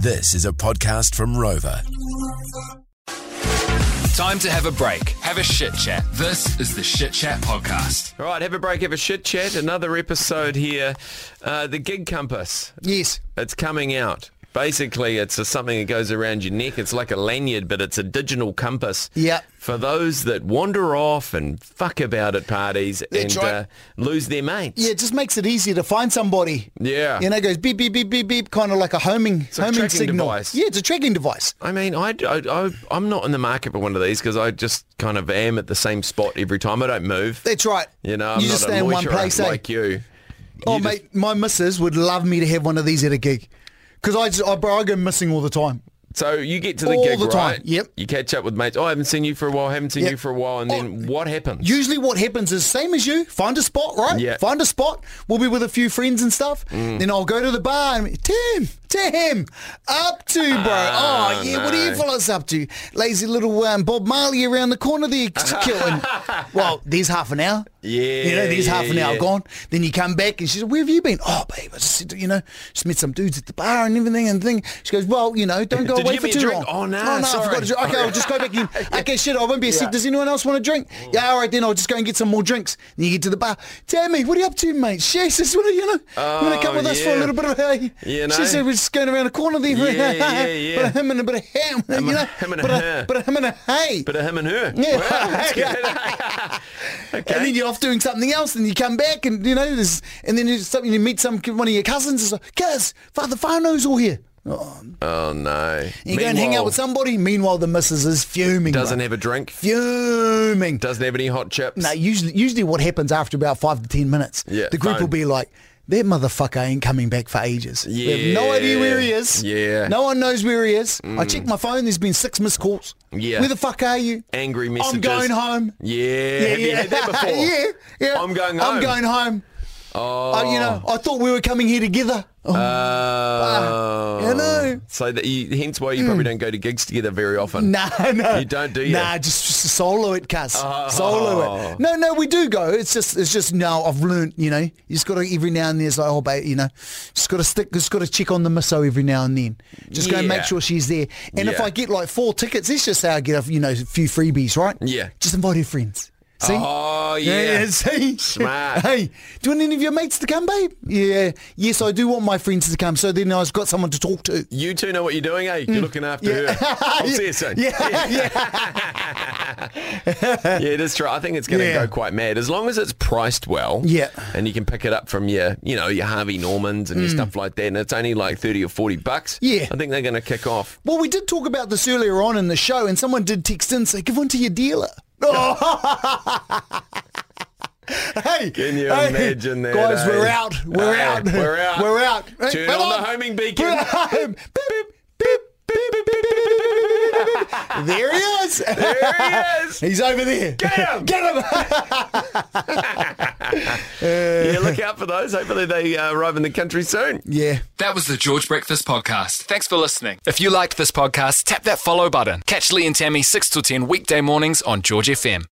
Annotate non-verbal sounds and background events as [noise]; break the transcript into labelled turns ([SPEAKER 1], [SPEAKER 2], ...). [SPEAKER 1] This is a podcast from Rover.
[SPEAKER 2] Time to have a break. Have a shit chat. This is the Shit Chat Podcast.
[SPEAKER 3] All right, have a break, have a shit chat. Another episode here. Uh, the Gig Compass.
[SPEAKER 4] Yes.
[SPEAKER 3] It's coming out. Basically, it's a, something that goes around your neck. It's like a lanyard, but it's a digital compass.
[SPEAKER 4] Yep.
[SPEAKER 3] For those that wander off and fuck about at parties
[SPEAKER 4] That's
[SPEAKER 3] and
[SPEAKER 4] right.
[SPEAKER 3] uh, lose their mates.
[SPEAKER 4] Yeah, it just makes it easier to find somebody.
[SPEAKER 3] Yeah.
[SPEAKER 4] You know, it goes beep, beep, beep, beep, beep, kind of like a homing,
[SPEAKER 3] a
[SPEAKER 4] homing
[SPEAKER 3] tracking
[SPEAKER 4] signal.
[SPEAKER 3] device.
[SPEAKER 4] Yeah, it's a tracking device.
[SPEAKER 3] I mean, I, am not in the market for one of these because I just kind of am at the same spot every time. I don't move.
[SPEAKER 4] That's right.
[SPEAKER 3] You know, I'm
[SPEAKER 4] you
[SPEAKER 3] not
[SPEAKER 4] just
[SPEAKER 3] a
[SPEAKER 4] stay in one
[SPEAKER 3] loiterer
[SPEAKER 4] place. eh?
[SPEAKER 3] like you.
[SPEAKER 4] oh,
[SPEAKER 3] You just-
[SPEAKER 4] mate, my missus would love me to have one of these at a gig. Because I, just- I, bro, I go missing all the time.
[SPEAKER 3] So you get to the
[SPEAKER 4] All
[SPEAKER 3] gig,
[SPEAKER 4] the time.
[SPEAKER 3] right?
[SPEAKER 4] Yep.
[SPEAKER 3] You catch up with mates. Oh, I haven't seen you for a while. haven't seen
[SPEAKER 4] Yep. Oh.
[SPEAKER 3] you for a while. And then what happens?
[SPEAKER 4] Usually what happens is same as you, find a spot, right?
[SPEAKER 3] Yeah. Mm.
[SPEAKER 4] Find a spot. We'll be with a few friends and stuff. Then I'll go to the bar and Tim, Tim, up to bro. oh yeah, what are you
[SPEAKER 3] Ah, no.
[SPEAKER 4] fellas up to? Lazy little um, Bob Marley around the corner
[SPEAKER 3] [laughs]
[SPEAKER 4] there just killing. well, there's half an hour.
[SPEAKER 3] Yeah,
[SPEAKER 4] You know, there's half an
[SPEAKER 3] yeah,
[SPEAKER 4] hour
[SPEAKER 3] yeah.
[SPEAKER 4] gone. Then you come back and she says, Where have you been? Oh babe, I just you know, just met some dudes at the bar and everything and thing. She goes, Well, you
[SPEAKER 3] [laughs]
[SPEAKER 4] know, don't go
[SPEAKER 3] Did you
[SPEAKER 4] away
[SPEAKER 3] give
[SPEAKER 4] for
[SPEAKER 3] me a
[SPEAKER 4] too
[SPEAKER 3] drink?
[SPEAKER 4] long.
[SPEAKER 3] Oh, nah,
[SPEAKER 4] no, I
[SPEAKER 3] sorry.
[SPEAKER 4] forgot to drink. Okay, I'll just go
[SPEAKER 3] [laughs]
[SPEAKER 4] back in. Okay, shit, I won't be a sec. Does anyone else want a drink? Yeah, all right, then I'll just go and get some more drinks. Then you get to the bar. Tammy, what are you up to, mate? Jesus, what are you, know, you want to come
[SPEAKER 3] Oh,
[SPEAKER 4] with us for a
[SPEAKER 3] yeah.
[SPEAKER 4] little bit of, hey?
[SPEAKER 3] You know?
[SPEAKER 4] She said we're just going around the corner [laughs] there. for-
[SPEAKER 3] Yeah, yeah, yeah.
[SPEAKER 4] Bit of him and a bit of him, you know?
[SPEAKER 3] him and a
[SPEAKER 4] bit
[SPEAKER 3] her.
[SPEAKER 4] of, bit of him and a hey.
[SPEAKER 3] Bit of him and her.
[SPEAKER 4] Yeah. [laughs]
[SPEAKER 3] Wow, that's good. [laughs]
[SPEAKER 4] And then you're off doing something else, and you come back, and you know, there's, and then there's something you meet some one of your cousins, and like, "Cuz, Father Farno's all here." Oh,
[SPEAKER 3] oh no.
[SPEAKER 4] you go and hang out with somebody. Meanwhile, the missus is fuming. bro.
[SPEAKER 3] Doesn't have a drink.
[SPEAKER 4] fuming.
[SPEAKER 3] Doesn't have any hot chips.
[SPEAKER 4] No, usually, usually what happens after about five to ten minutes,
[SPEAKER 3] Yeah,
[SPEAKER 4] the group
[SPEAKER 3] phone.
[SPEAKER 4] will be like, "That motherfucker ain't coming back for ages. We have no idea where he is.
[SPEAKER 3] Yeah. Mm.
[SPEAKER 4] no one knows where he is. I checked my phone. There's been six missed calls.
[SPEAKER 3] Yeah.
[SPEAKER 4] where the fuck are you?
[SPEAKER 3] Angry messages.
[SPEAKER 4] I'm going home.
[SPEAKER 3] Yeah. Have you
[SPEAKER 4] [laughs]
[SPEAKER 3] had that before?
[SPEAKER 4] yeah, yeah.
[SPEAKER 3] I'm going home.
[SPEAKER 4] I'm going home.
[SPEAKER 3] Oh.
[SPEAKER 4] I, you know, I thought we were coming here together. Oh,
[SPEAKER 3] Oh.
[SPEAKER 4] you Ah, know. Mm.
[SPEAKER 3] So that you, hence why you probably don't go to gigs together very often.
[SPEAKER 4] [laughs] Nah, no.
[SPEAKER 3] You don't, do you? Oh.
[SPEAKER 4] Nah, just, just solo it, cuz. Solo it. No, no, we do go. It's just, it's just now I've learnt, you know, you just got to every now and then, it's like, oh, babe, you know, just got to stick, just got to check on the misso every now and then. Just go and
[SPEAKER 3] Yeah.
[SPEAKER 4] make sure she's there. And if
[SPEAKER 3] Yeah.
[SPEAKER 4] I get like four tickets, it's just how I get, a, you know, a few freebies, right?
[SPEAKER 3] Yeah.
[SPEAKER 4] Just invite her friends. See?
[SPEAKER 3] Oh
[SPEAKER 4] Yeah,
[SPEAKER 3] yeah.
[SPEAKER 4] see?
[SPEAKER 3] Smart.
[SPEAKER 4] [laughs] Hey, do you want any of your mates to come, babe? Yeah. Yes, I do want my friends to come. So then I've got someone to talk to.
[SPEAKER 3] You two know what you're doing, eh? You're looking after
[SPEAKER 4] [laughs]
[SPEAKER 3] her. I'll see you soon.
[SPEAKER 4] Mm. Yeah, yeah.
[SPEAKER 3] Yeah, it is true. I think it's going to
[SPEAKER 4] Yeah.
[SPEAKER 3] go quite mad as long as it's priced well.
[SPEAKER 4] Yeah.
[SPEAKER 3] and you can pick it up from your, you know, your Harvey Normans and your stuff like that, and it's only like thirty or forty bucks.
[SPEAKER 4] Mm. Yeah.
[SPEAKER 3] I think they're going to kick off.
[SPEAKER 4] Well, we did talk about this earlier on in the show, and someone did text in say, "Give one to your dealer." [laughs] Oh. hey,
[SPEAKER 3] Can you
[SPEAKER 4] hey,
[SPEAKER 3] imagine that,
[SPEAKER 4] guys?
[SPEAKER 3] eh?
[SPEAKER 4] We're out. We're
[SPEAKER 3] Hey,
[SPEAKER 4] out.
[SPEAKER 3] we're
[SPEAKER 4] [laughs]
[SPEAKER 3] out.
[SPEAKER 4] We're out. Hey,
[SPEAKER 3] Turn
[SPEAKER 4] come
[SPEAKER 3] on the homing beacon.
[SPEAKER 4] [laughs] Put it home. Beep, beep, beep, beep, beep, beep, beep, beep, beep, beep. There he is.
[SPEAKER 3] There he is.
[SPEAKER 4] [laughs] He's over there.
[SPEAKER 3] Get him!
[SPEAKER 4] Get him. [laughs]
[SPEAKER 3] yeah, look out for those. Hopefully they uh, arrive in the country soon.
[SPEAKER 4] yeah.
[SPEAKER 2] That was the George Breakfast Podcast. Thanks for listening. If you liked this podcast, tap that follow button. Catch Lee and Tammy 6 to 10 weekday mornings on George FM.